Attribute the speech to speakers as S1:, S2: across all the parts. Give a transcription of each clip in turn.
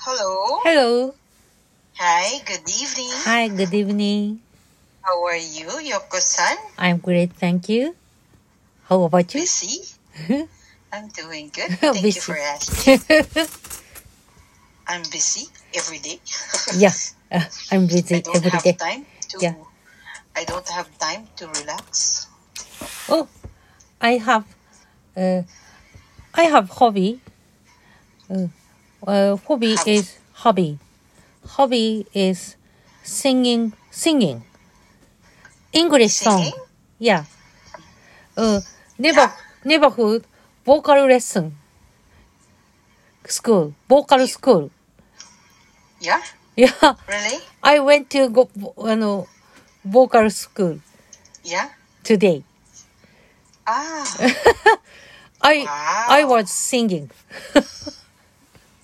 S1: Hello.
S2: Hello.
S1: Hi, good evening.
S2: Hi, good evening.
S1: How are you, Yoko-san?
S2: I'm great, thank you. How about you?
S1: Busy?
S2: Hmm?
S1: I'm doing good. Thank you for asking. I'm busy every day.
S2: yeah, uh, I'm busy
S1: I don't
S2: every
S1: have
S2: day.
S1: time to
S2: Yeah.
S1: I don't have time to relax.
S2: Oh, I have, uh, I have hobby. Uh, uh, hobby
S1: Hobby.
S2: is hobby. Hobby is singing, singing. English song.
S1: Singing?
S2: Yeah. Uh, never,
S1: Yeah.
S2: never heard vocal lesson. School, vocal school.
S1: Yeah?
S2: Yeah.
S1: Really?
S2: I went to go, uh, no, vocal school
S1: Yeah?
S2: today.
S1: Ah.
S2: I
S1: Wow.
S2: I was singing.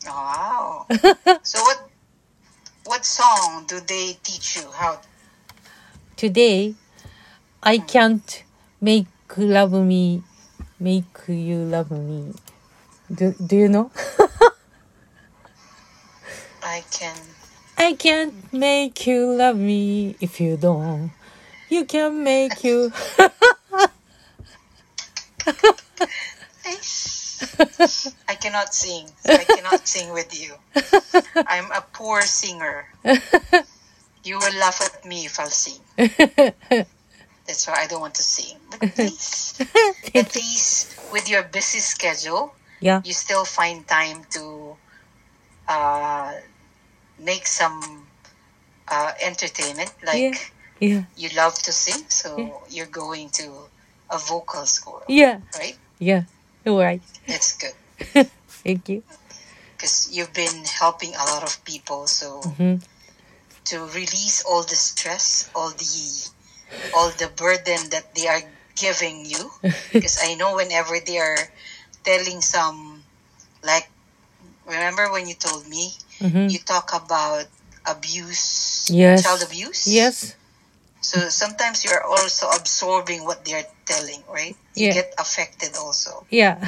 S1: Wow. so what what song do they teach you how
S2: Today, I can't make love me, make you love me. Do Do you know?
S1: I can
S2: I can't make you love me if you don't. You can make you.
S1: I cannot sing. I cannot sing with you. I'm a poor singer. You will laugh at me if I'll sing. That's why I don't want to sing. But please, at least with your busy schedule,
S2: yeah,
S1: you still find time to uh, make some uh, entertainment.
S2: yeah,
S1: Like
S2: yeah,
S1: you love to sing, so you're going to a vocal school,
S2: yeah,
S1: right?
S2: yeah. All right.
S1: That's good
S2: Thank you.
S1: because you've been helping a lot of people. So.
S2: hmm
S1: to release all the stress, all the all the burden that they are giving you. Because I know whenever they are telling some, like, remember when you told me
S2: hmm
S1: you talk about abuse,
S2: Yes.
S1: child abuse.
S2: Yes.
S1: So sometimes you are also absorbing what they are telling, right? You
S2: Yeah.
S1: get affected also.
S2: Yeah.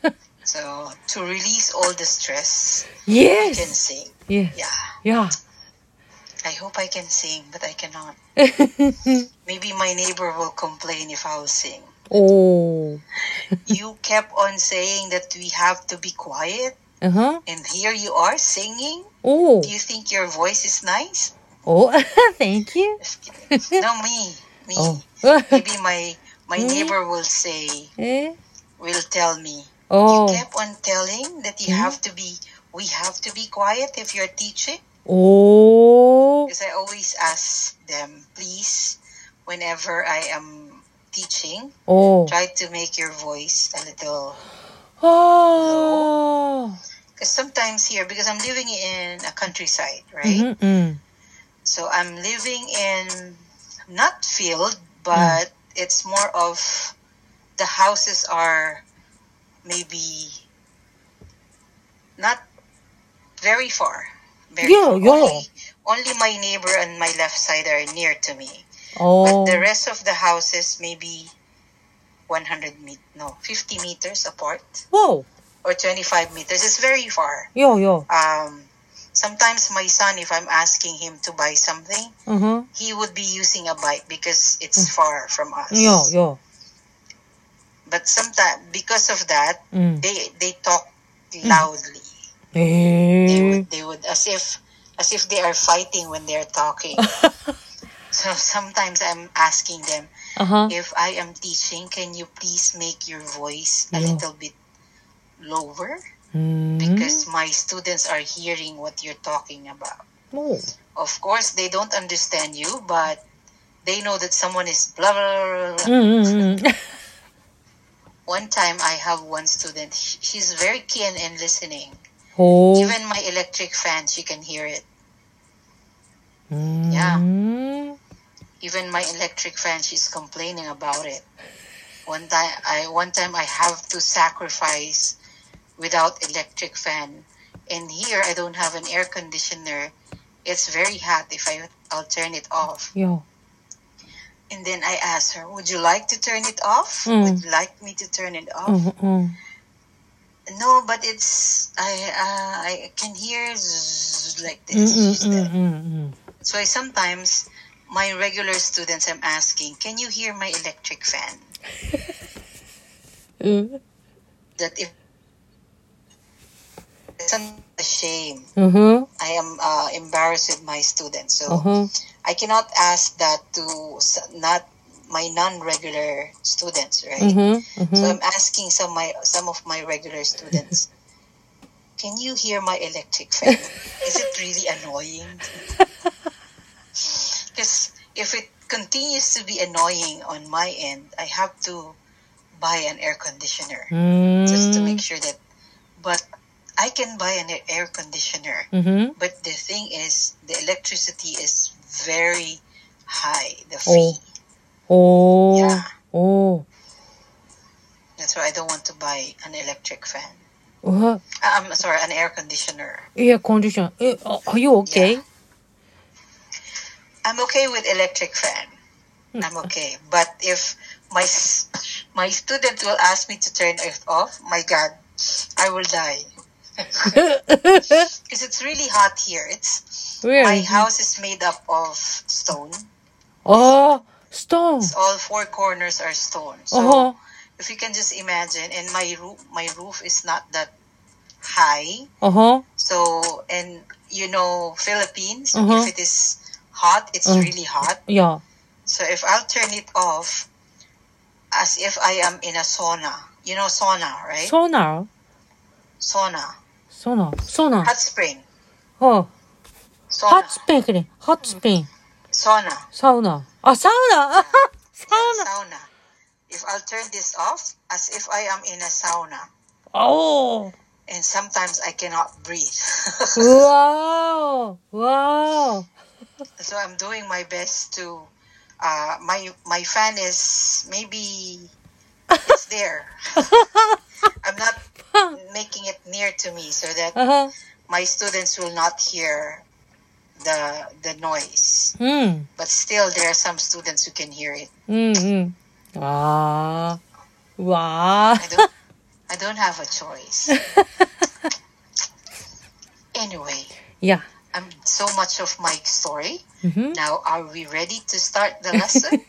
S1: So to release all the stress, I can
S2: yes.
S1: sing.
S2: Yes.
S1: Yeah,
S2: Yeah.
S1: I hope I can sing, but I cannot. Maybe my neighbor will complain if I'll sing.
S2: oh.
S1: You kept on saying that we have to be quiet,
S2: Uh huh.
S1: and here you are singing.
S2: Oh.
S1: Do you think your voice is nice?
S2: Oh. Thank you.
S1: Just kidding. No, me, me.
S2: Oh.
S1: Maybe my my
S2: Hmm?
S1: neighbor will say,
S2: eh?
S1: will tell me.
S2: Oh.
S1: You kept on telling that you
S2: Hmm?
S1: have to be, we have to be quiet if you're teaching.
S2: Oh.
S1: Because I always ask them, please, whenever I am teaching,
S2: Oh.
S1: try to make your voice a little
S2: 아. Oh.
S1: because sometimes here because i'm living in a countryside right
S2: Mm-hmm.
S1: so i'm living in not field but
S2: Mm.
S1: it's more of the houses are maybe not very far very
S2: Yeah,
S1: far.
S2: yeah.
S1: Only, only my neighbor and my left side are near to me
S2: Oh.
S1: but the rest of the houses maybe 100 met no 50 meters apart
S2: Whoa.
S1: or 25 meters it's very far
S2: Yo, yo.
S1: um, sometimes my son, if I'm asking him to buy something,
S2: Uh huh.
S1: he would be using a bike because it's far from us.
S2: Mm. Yo, yo.
S1: But sometimes because of that,
S2: Mm.
S1: they they talk loudly. They
S2: Eh.
S1: would they would as if as if they are fighting when they are talking. so sometimes I'm asking them
S2: Uh huh.
S1: if I am teaching, can you please make your voice a
S2: Yeah.
S1: little bit lower
S2: Mm.
S1: because my students are hearing what you're talking about.
S2: Oh.
S1: Of course, they don't understand you, but they know that someone is blah blah. blah, blah.
S2: Mm. mm,
S1: One time, I have one student. sh- She's very keen in listening.
S2: mm. Oh.
S1: Even my electric fan, she can hear it.
S2: 음.
S1: Yeah,
S2: Mm.
S1: even my electric fan, she's complaining about it. One time, I one time I have to sacrifice without electric fan, and here I don't have an air conditioner. It's very hot. If I I'll turn it off.
S2: Yo.
S1: And then I asked her, Would you like to turn it off?
S2: Mm. 음,
S1: Would you like me to turn it off?
S2: Mm-hmm.
S1: No, but it's I uh, I can hear zzz like
S2: Mm,
S1: this.
S2: mm, mm, mm, mm.
S1: So I sometimes my regular students I'm asking, can you hear my electric fan?
S2: Mm.
S1: That if it's a shame.
S2: Uh-huh.
S1: I am uh, embarrassed with my students. So
S2: Uh-huh.
S1: I cannot ask that to s- not my non-regular students, right?
S2: Uh-huh. Uh-huh.
S1: So I'm asking some my some of my regular students. Can you hear my electric fan? Is it really annoying? Because if it continues to be annoying on my end, I have to buy an air conditioner
S2: 음.
S1: just to make sure that. But I can buy an air conditioner.
S2: Mm-hmm.
S1: But the thing is, the electricity is very high. The fee.
S2: Oh. Oh.
S1: Yeah.
S2: Oh.
S1: That's why I don't want to buy an electric fan.
S2: Uh,
S1: Uh, I'm sorry, an air conditioner.
S2: air conditioner. Eh, uh, Are you okay?
S1: Yeah. I'm okay with electric fan. I'm okay. But if my s- my student will ask me to turn it off, my God, I will die. Because it's really hot here. It's
S2: Where?
S1: my
S2: is it?
S1: house is made up of stone.
S2: Oh, stone.
S1: All four corners are stone. So
S2: Uh-huh.
S1: if you can just imagine, and my roof my roof is not that high.
S2: Uh-huh.
S1: So and you know Philippines,
S2: Uh-huh.
S1: if it is hot, it's
S2: Uh.
S1: really hot.
S2: Yeah.
S1: So if I'll turn it off, as if I am in a sauna. You know sauna, right?
S2: Sonar.
S1: sauna,
S2: Sonar. Sonar.
S1: hot spring,
S2: Oh.
S1: sauna,
S2: Hot spring. 그래. Hot spring.
S1: sauna,
S2: 사우나. 아, 사우나.
S1: sauna.
S2: 사우나.
S1: sauna. If I'll turn this off, as if I am in a sauna,
S2: 오.
S1: and sometimes I cannot breathe. so
S2: 우와. 우와.
S1: I'm doing my best to. Uh, my my fan is maybe it's there. I'm not making it near to me so that
S2: 아하.
S1: my students will not hear the the noise
S2: 음.
S1: but still there are some students who can hear it
S2: 음, 음. 아. 와.
S1: i don't i don't have a choice anyway
S2: 야.
S1: i'm so much of my story
S2: 음.
S1: now are we ready to start the lesson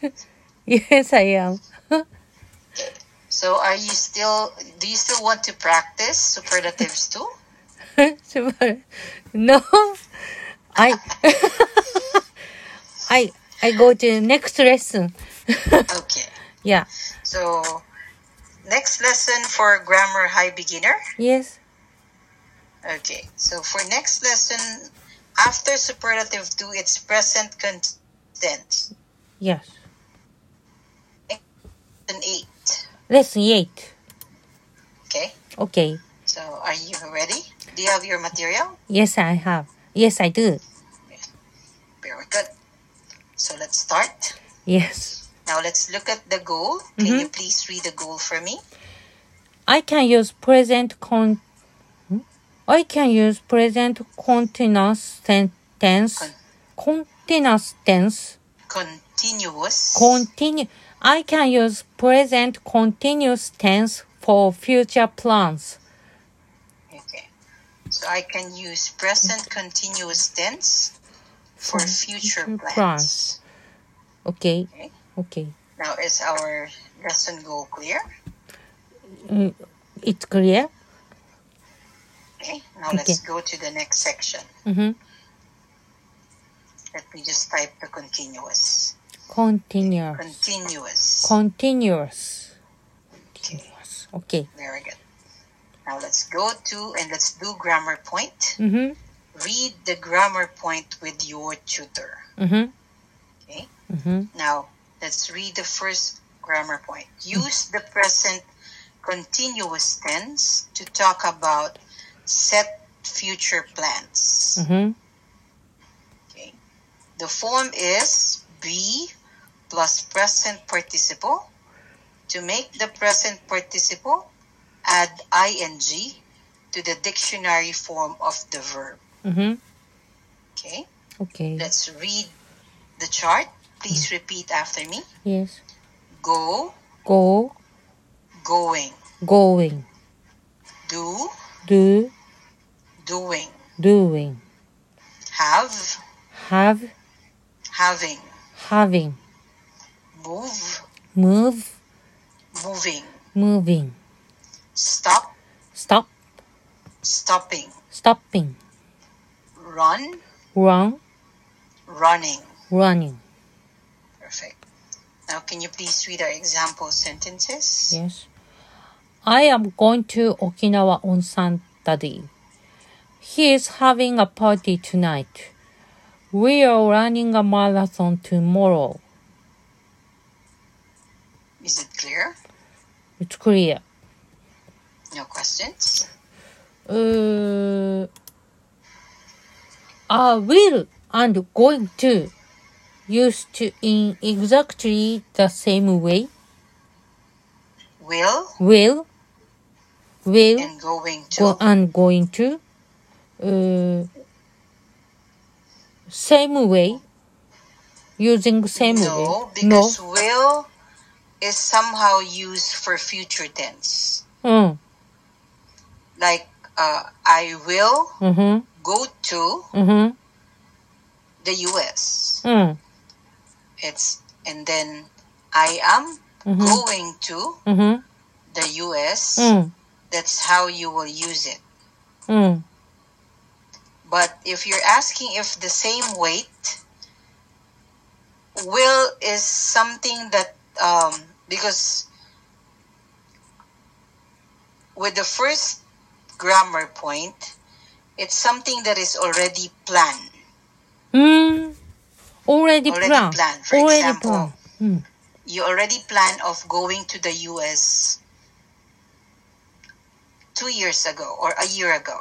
S2: Yes, I am.
S1: so are you still do you still want to practice superlatives too
S2: 정말. No. I I I go to next lesson.
S1: okay
S2: yeah.
S1: so next lesson for grammar high beginner
S2: Yes.
S1: Okay, so for next lesson, after superlative 2, it's present constant.
S2: Yes.
S1: An 8.
S2: Lesson 8.
S1: Okay,
S2: Okay.
S1: so are you ready? Do you have your material?
S2: Yes, I have. Yes, I do.
S1: Very good. So let's start.
S2: Yes.
S1: Now let's look at the goal. Can you please read the goal for me?
S2: I can use present con hmm? I can use present continuous ten- tense. Continuous tense.
S1: Continuous.
S2: Continue I can use present continuous tense for future plans.
S1: okay. So I can use present continuous tense for future
S2: future
S1: plans.
S2: Okay.
S1: Okay.
S2: Okay.
S1: Now is our lesson goal clear?
S2: Mm, it's clear?
S1: Okay, now let's go to the next section.
S2: Mhm.
S1: Let me just type the continuous.
S2: Continuous.
S1: Continuous.
S2: Continuous. Continuous. Okay.
S1: Very good. Now let's go to and let's do grammar point.
S2: Mhm.
S1: Read the grammar point with your tutor.
S2: Mhm.
S1: Okay.
S2: Mhm.
S1: Now let's read the first grammar point. Use the present continuous tense to talk about set future plans.
S2: Mhm.
S1: Okay. The form is be plus present participle. To make the present participle, add ing to the dictionary form of the verb.
S2: Mhm.
S1: Okay.
S2: Okay.
S1: Let's read the chart. Please repeat after me.
S2: Yes.
S1: Go,
S2: Go.
S1: going.
S2: Going.
S1: Do,
S2: Do.
S1: doing,
S2: doing,
S1: have,
S2: have,
S1: having,
S2: having,
S1: move,
S2: move,
S1: moving,
S2: moving,
S1: stop,
S2: stop,
S1: stopping,
S2: stopping,
S1: run,
S2: run,
S1: running.
S2: running.
S1: Perfect. Now, can you please read our example sentences?
S2: Yes. I am going to Okinawa on Saturday. He is having a party tonight. We are running a marathon tomorrow.
S1: Is it clear?
S2: It's clear.
S1: No questions?
S2: Uh, I will and going to used to in exactly the same way.
S1: Will
S2: Will, will,
S1: and going to.
S2: go and going to. Uh, same way. Using same
S1: no,
S2: way. No.
S1: because will is somehow used for future tense.
S2: Mm.
S1: Like, uh, I will
S2: Mm-hmm.
S1: go to
S2: Mm-hmm.
S1: the US.
S2: Mm.
S1: It's and then I am
S2: Mm-hmm.
S1: going to
S2: Mm-hmm.
S1: the US.
S2: Mm.
S1: That's how you will use it.
S2: Mm.
S1: But if you're asking if the same weight will is something that um, because with the first grammar point, it's something that is already planned.
S2: Mm. Already,
S1: Already
S2: planned.
S1: planned, for
S2: Already
S1: example.
S2: planned. Mm.
S1: You already planned of going to the US two years ago or a year ago.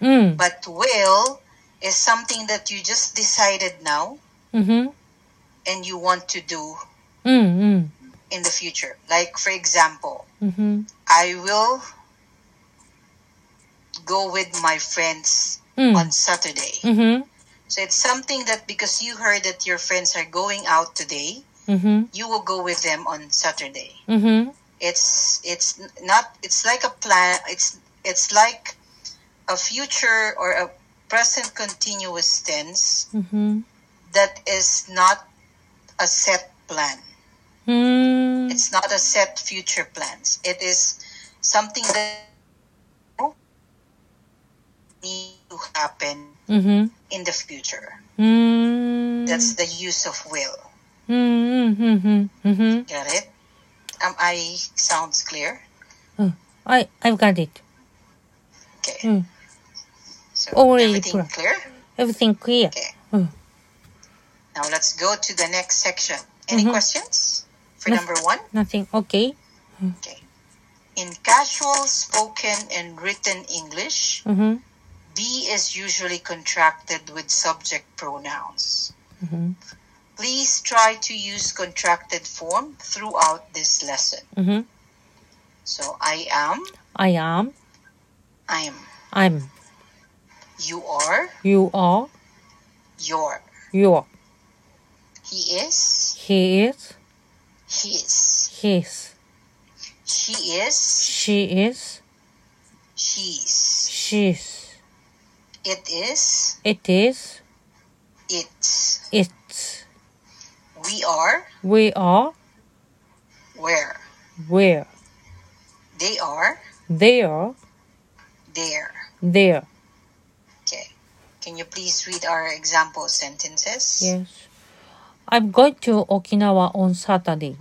S2: Mm.
S1: But will is something that you just decided now
S2: Mm-hmm.
S1: and you want to do
S2: Mm.
S1: in the future. Like, for example,
S2: Mm. Mm-hmm.
S1: I will go with my friends
S2: Mm.
S1: on Saturday.
S2: Mm-hmm.
S1: So it's something that because you heard that your friends are going out today,
S2: Mm-hmm.
S1: you will go with them on Saturday.
S2: Mm-hmm.
S1: It's it's n- not it's like a plan. It's it's like a future or a present continuous tense
S2: Mm-hmm.
S1: that is not a set plan.
S2: Mm.
S1: It's not a set future plans. It is something that need to happen
S2: Mm-hmm.
S1: in the future.
S2: Mm.
S1: That's the use of will.
S2: Mm. Mm-hmm. Mm-hmm.
S1: Got it? Am I sounds clear?
S2: I I've got it.
S1: Okay.
S2: Mm.
S1: So
S2: Already
S1: everything
S2: clear.
S1: clear?
S2: Everything clear.
S1: Okay.
S2: Mm.
S1: Now let's go to the next section. Any
S2: Mhm.
S1: questions for
S2: No.
S1: number one?
S2: Nothing. Okay.
S1: In casual spoken and written English,
S2: Mm-hmm.
S1: be is usually contracted with subject pronouns.
S2: Mm-hmm.
S1: Please try to use contracted form throughout this lesson.
S2: Mm-hmm.
S1: So I am,
S2: I am.
S1: I am,
S2: I'm.
S1: you are,
S2: You are.
S1: your,
S2: You are.
S1: he is,
S2: He is.
S1: his,
S2: His.
S1: she is,
S2: She is.
S1: she's,
S2: She's.
S1: it is,
S2: It is.
S1: it,
S2: It's.
S1: we are,
S2: We are.
S1: where,
S2: Where.
S1: they are,
S2: They are.
S1: there.
S2: There.
S1: Okay. Can you please read our example sentences?
S2: Yes. I'm going to Okinawa on Saturday.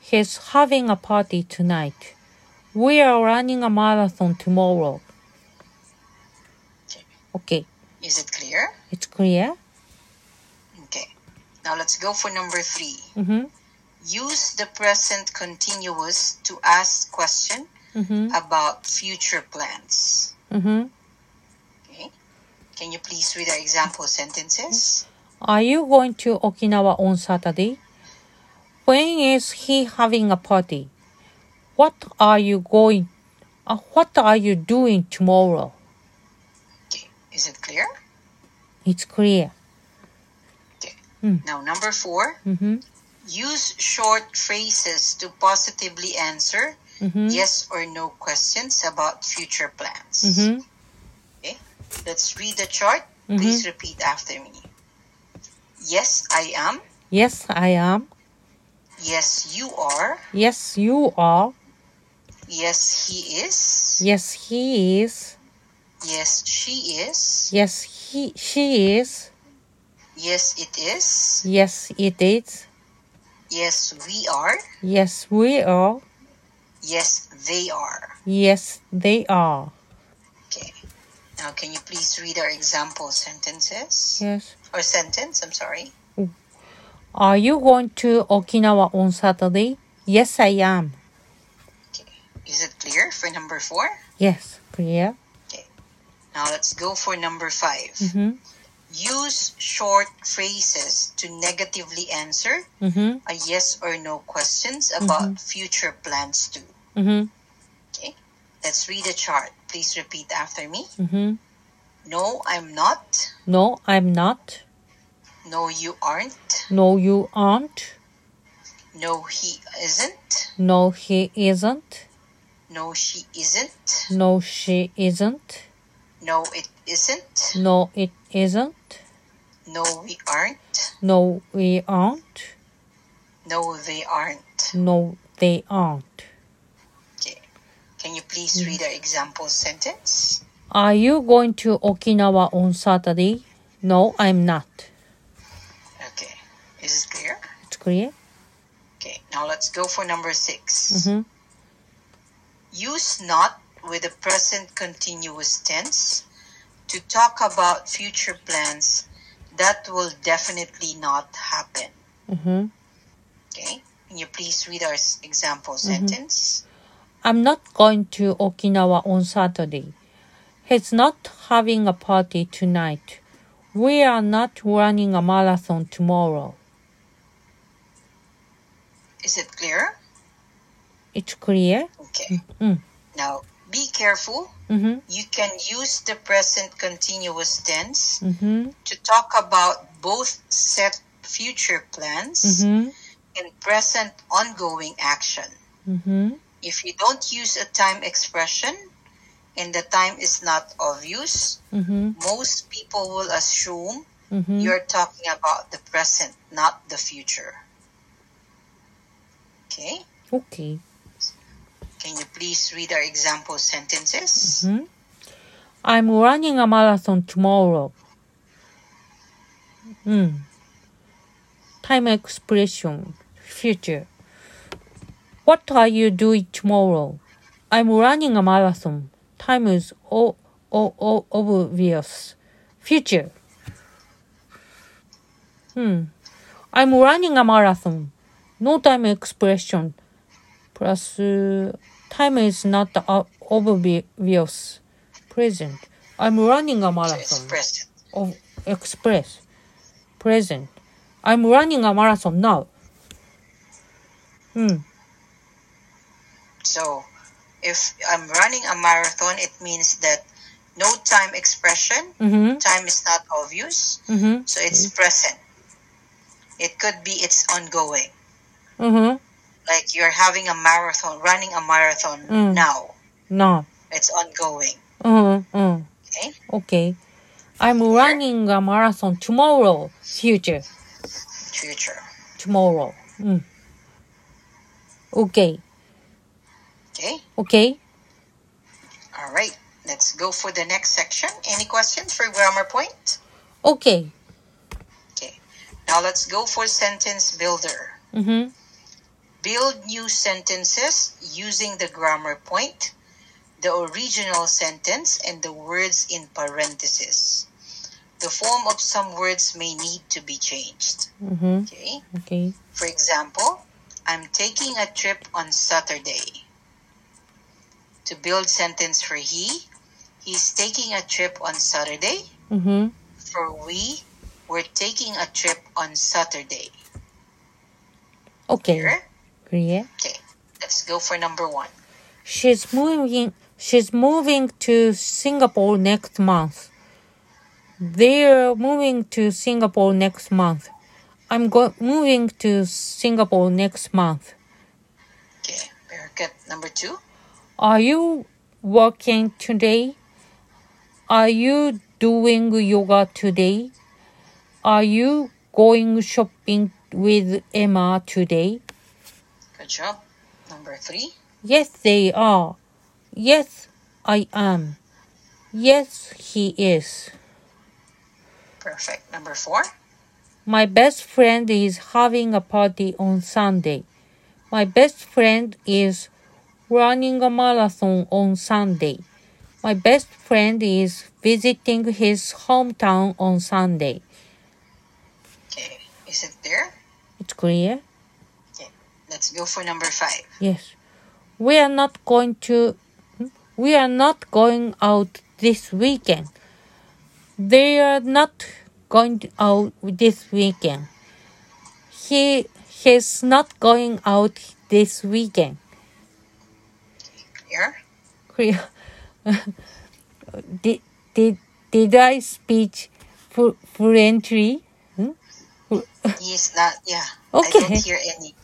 S2: He's having a party tonight. We are running a marathon tomorrow. Okay,
S1: Is it clear?
S2: it's clear?
S1: Okay. Now let's go for number three.
S2: Mm-hmm.
S1: Use the present continuous to ask question
S2: Mm-hmm.
S1: about future plans.
S2: Mm-hmm.
S1: Okay. Can you please read our example sentences?
S2: Are you going to Okinawa on Saturday? When is he having a party? What are you going? Uh, what are you doing tomorrow?
S1: Okay. Is it clear?
S2: It's clear.
S1: Now number four.
S2: Mm-hmm.
S1: Use short phrases to positively answer
S2: Mm-hmm.
S1: yes or no questions about future plans.
S2: Mm-hmm.
S1: Let's read the chart. Please repeat after me. Yes, I am.
S2: Yes, I am.
S1: Yes, you are.
S2: Yes, you are.
S1: Yes, he is.
S2: Yes, he is.
S1: Yes, she is.
S2: Yes, he, she is.
S1: Yes, it is.
S2: Yes, it is.
S1: Yes, we are.
S2: Yes, we are.
S1: Yes, they are.
S2: Yes, they are.
S1: Okay. Now, can you please read our example sentences?
S2: Yes.
S1: Or sentence, I'm sorry.
S2: Are you going to Okinawa on Saturday? Yes, I am.
S1: Okay. Is it clear for number four?
S2: Yes, clear.
S1: Now, let's go for number 5
S2: Mhm.
S1: Use short phrases to negatively answer
S2: Mhm.
S1: a yes or no questions about future plans too.
S2: Mhm.
S1: Let's read the chart. Please repeat after me.
S2: Mhm.
S1: No, I'm not.
S2: No, I'm not.
S1: No, you aren't.
S2: No, you aren't.
S1: No, he isn't.
S2: No, he isn't.
S1: No, she isn't.
S2: No, she isn't.
S1: No, it isn't.
S2: No, it isn't.
S1: No, we aren't.
S2: No, we aren't.
S1: No, they aren't.
S2: No, they aren't.
S1: Okay. Can you please read our example sentence?
S2: Are you going to Okinawa on Saturday? No, I'm not.
S1: Okay. Is it clear?
S2: It's clear?
S1: Okay. Now let's go for number 6
S2: Mm-hmm.
S1: Use not with the present continuous tense to talk about future plans that will definitely not happen.
S2: Mm-hmm.
S1: Okay. Can you please read our s- example
S2: Mm-hmm.
S1: sentence?
S2: I'm not going to Okinawa on Saturday. He's not having a party tonight. We are not running a marathon tomorrow.
S1: Is it clear?
S2: It's clear?
S1: Okay.
S2: Mm.
S1: Now be careful.
S2: Mm-hmm.
S1: You can use the present continuous tense
S2: Mm-hmm.
S1: to talk about both set future plans
S2: Mm-hmm.
S1: and present ongoing action.
S2: Mm-hmm.
S1: If you don't use a time expression and the time is not obvious,
S2: Mm-hmm.
S1: most people will assume
S2: Mm-hmm.
S1: you're talking about the present, not the future. Okay,
S2: Okay.
S1: can you please read our example sentences?
S2: Mm-hmm. I'm running a marathon tomorrow. Mm. Time expression. Future. What are you doing tomorrow? I'm running a marathon. Time is o- o- o- obvious. Future. Hmm. I'm running a marathon. No time expression. Plus, uh, time is not o- obvious. Present. I'm running a
S1: So it's
S2: marathon.
S1: present.
S2: Of express. Present. I'm running a marathon now. Hmm.
S1: So if I'm running a marathon, it means that no time expression,
S2: Mm-hmm.
S1: time is not obvious,
S2: Mm-hmm.
S1: so it's present. It could be it's ongoing.
S2: Mm-hmm.
S1: like you're having a marathon, running a marathon
S2: Mm.
S1: now.
S2: No.
S1: It's ongoing.
S2: Mm-hmm. Mm.
S1: Okay.
S2: Okay. I'm running a marathon tomorrow. Future.
S1: Future.
S2: Tomorrow. Mm. Okay.
S1: Okay.
S2: Okay.
S1: All right. Let's go for the next section. Any questions for grammar point?
S2: Okay.
S1: Okay. Now let's go for sentence builder.
S2: Mm-hmm.
S1: Build new sentences using the grammar point, the original sentence, and the words in parentheses. The form of some words may need to be changed.
S2: Mm-hmm.
S1: Okay.
S2: Okay.
S1: For example, I'm taking a trip on Saturday. To build sentence for he, he's taking a trip on Saturday.
S2: Mm-hmm.
S1: For we, we're taking a trip on Saturday.
S2: Okay.
S1: Here,
S2: Clear.
S1: let's go for number one.
S2: She's moving. She's moving to Singapore next month. They're moving to Singapore next month. I'm go- moving to Singapore next month.
S1: Okay, very good. Number two.
S2: Are you working today? Are you doing yoga today? Are you going shopping with Emma today?
S1: Good job. Number three.
S2: Yes, they are. Yes, I am. Yes, he is.
S1: Perfect. Number four.
S2: My best friend is having a party on Sunday. My best friend is running a marathon on Sunday. My best friend is visiting his hometown on Sunday.
S1: Okay. Is it there?
S2: It's clear?
S1: Okay. Let's go for number five.
S2: Yes. We are not going to hmm? we are not going out this weekend. They are not going out this weekend. He he's not going out this weekend.
S1: Here.
S2: Clear? did, did, did I speak flu- fluently? Hmm?
S1: He's not. Yeah. I
S2: Okay.
S1: don't hear any.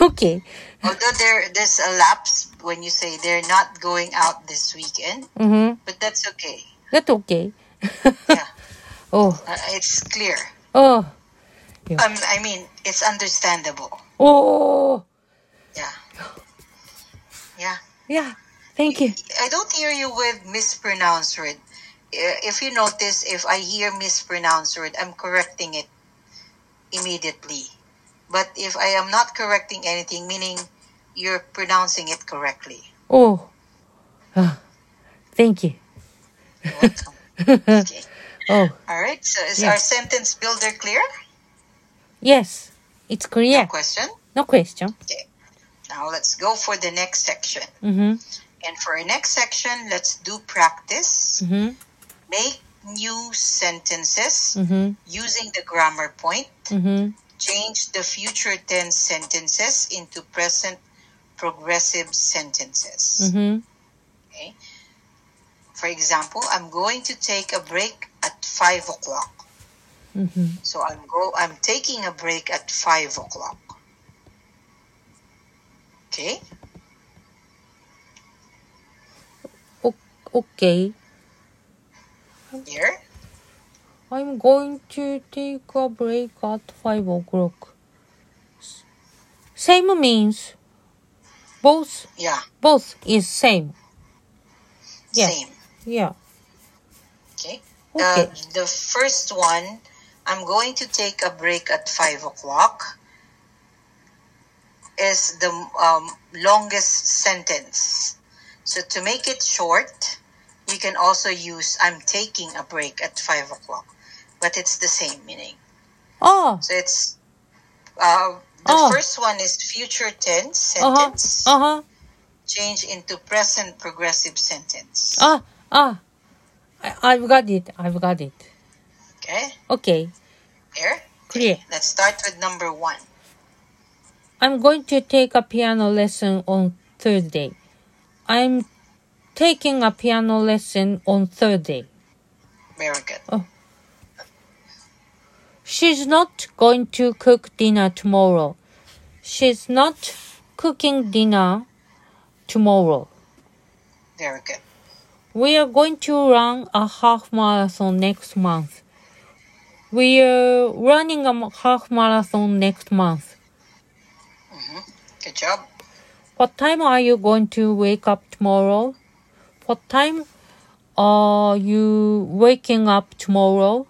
S2: Okay.
S1: Although there there's a lapse when you say they're not going out this weekend,
S2: Mm-hmm.
S1: but that's okay.
S2: That's okay.
S1: Yeah.
S2: oh,
S1: Uh, it's clear.
S2: oh,
S1: Um, I mean, it's understandable.
S2: oh.
S1: Yeah. Yeah.
S2: Yeah. Thank you.
S1: I don't hear you with mispronounced word. Uh, If you notice, if I hear mispronounced word, I'm correcting it immediately. But if I am not correcting anything, meaning you're pronouncing it correctly.
S2: Oh. Ah, thank you.
S1: You're welcome. okay.
S2: Oh,
S1: All right. So is
S2: Yeah.
S1: our sentence builder clear?
S2: yes. It's
S1: No
S2: clear.
S1: question.
S2: No question.
S1: Now let's go for the next section.
S2: Mm-hmm.
S1: And for our next section, let's do practice.
S2: Mm-hmm.
S1: Make new sentences
S2: Mm-hmm.
S1: using the grammar point.
S2: Mm-hmm.
S1: Change the future tense sentences into present progressive sentences.
S2: Mm-hmm.
S1: For example, I'm going to take a break at five o'clock.
S2: Mm-hmm.
S1: So I'm go I'm taking a break at five o'clock. Okay?
S2: Okay.
S1: Here.
S2: I'm going to take a break at 5 o'clock. S- Same means both
S1: Yeah.
S2: both is same. Yeah.
S1: Same.
S2: Yeah.
S1: Okay.
S2: Okay.
S1: Uh, the first one, I'm going to take a break at five o'clock. Is the um, longest sentence. So to make it short, we can also use I'm taking a break at five o'clock, but it's the same meaning.
S2: Oh.
S1: So it's uh, the
S2: Oh.
S1: first one is future tense
S2: Uh-huh.
S1: sentence
S2: Uh-huh.
S1: change into present progressive sentence.
S2: Ah. Ah. I, I've got it. I've got it.
S1: Okay,
S2: Okay.
S1: here.
S2: Clear.
S1: Let's start with number one.
S2: I'm going to take a piano lesson on Thursday. I'm taking a piano lesson on Thursday.
S1: Very good.
S2: She's not going to cook dinner tomorrow. She's not cooking dinner tomorrow.
S1: Very good.
S2: We are going to run a half marathon next month. We are running a ma- half marathon next month.
S1: Good job.
S2: What time are you going to wake up tomorrow? What time are you waking up tomorrow?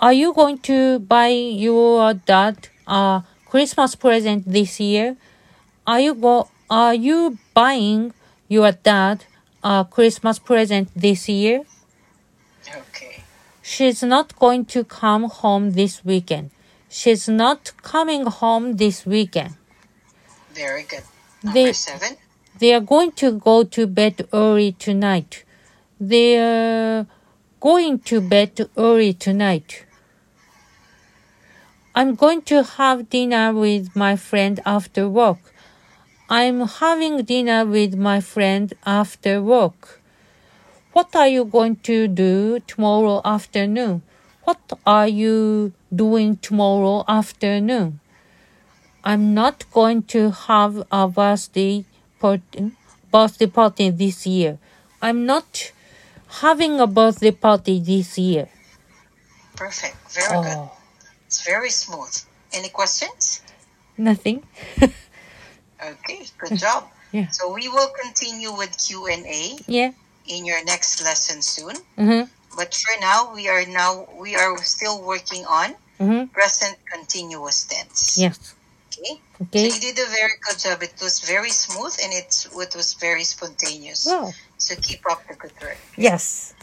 S2: Are you going to buy your dad a Christmas present this year? Are you go are you buying your dad a Christmas present this year?
S1: Okay.
S2: She's not going to come home this weekend. She's not coming home this weekend.
S1: Very good.
S2: They-
S1: Number seven.
S2: They are going to go to bed early tonight. They are going to bed early tonight. I'm going to have dinner with my friend after work. I'm having dinner with my friend after work. What are you going to do tomorrow afternoon? What are you doing tomorrow afternoon? I'm not going to have a birthday party, birthday party this year. I'm not having a birthday party this year.
S1: Perfect. Very good.
S2: Oh,
S1: It's very smooth. Any questions?
S2: nothing.
S1: Okay, good job.
S2: Yeah.
S1: So we will continue with Q&A
S2: yeah.
S1: in your next lesson soon.
S2: Mhm.
S1: But for now, we are now we are still working on
S2: Mhm.
S1: present continuous tense.
S2: Yes.
S1: Okay?
S2: Okay.
S1: So you did a very good job. It was very smooth and it's, it was very spontaneous.
S2: Well,
S1: So keep up the good work.
S2: yes.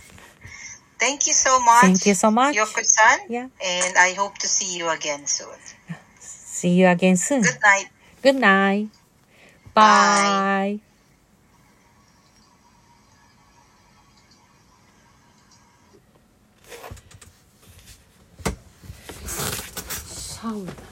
S1: Thank you so much.
S2: Thank you so much.
S1: Yoko-san.
S2: Yeah.
S1: And I hope to see you again soon.
S2: See you again soon.
S1: Good night.
S2: Good night. Bye.
S1: Bye.
S2: Shower.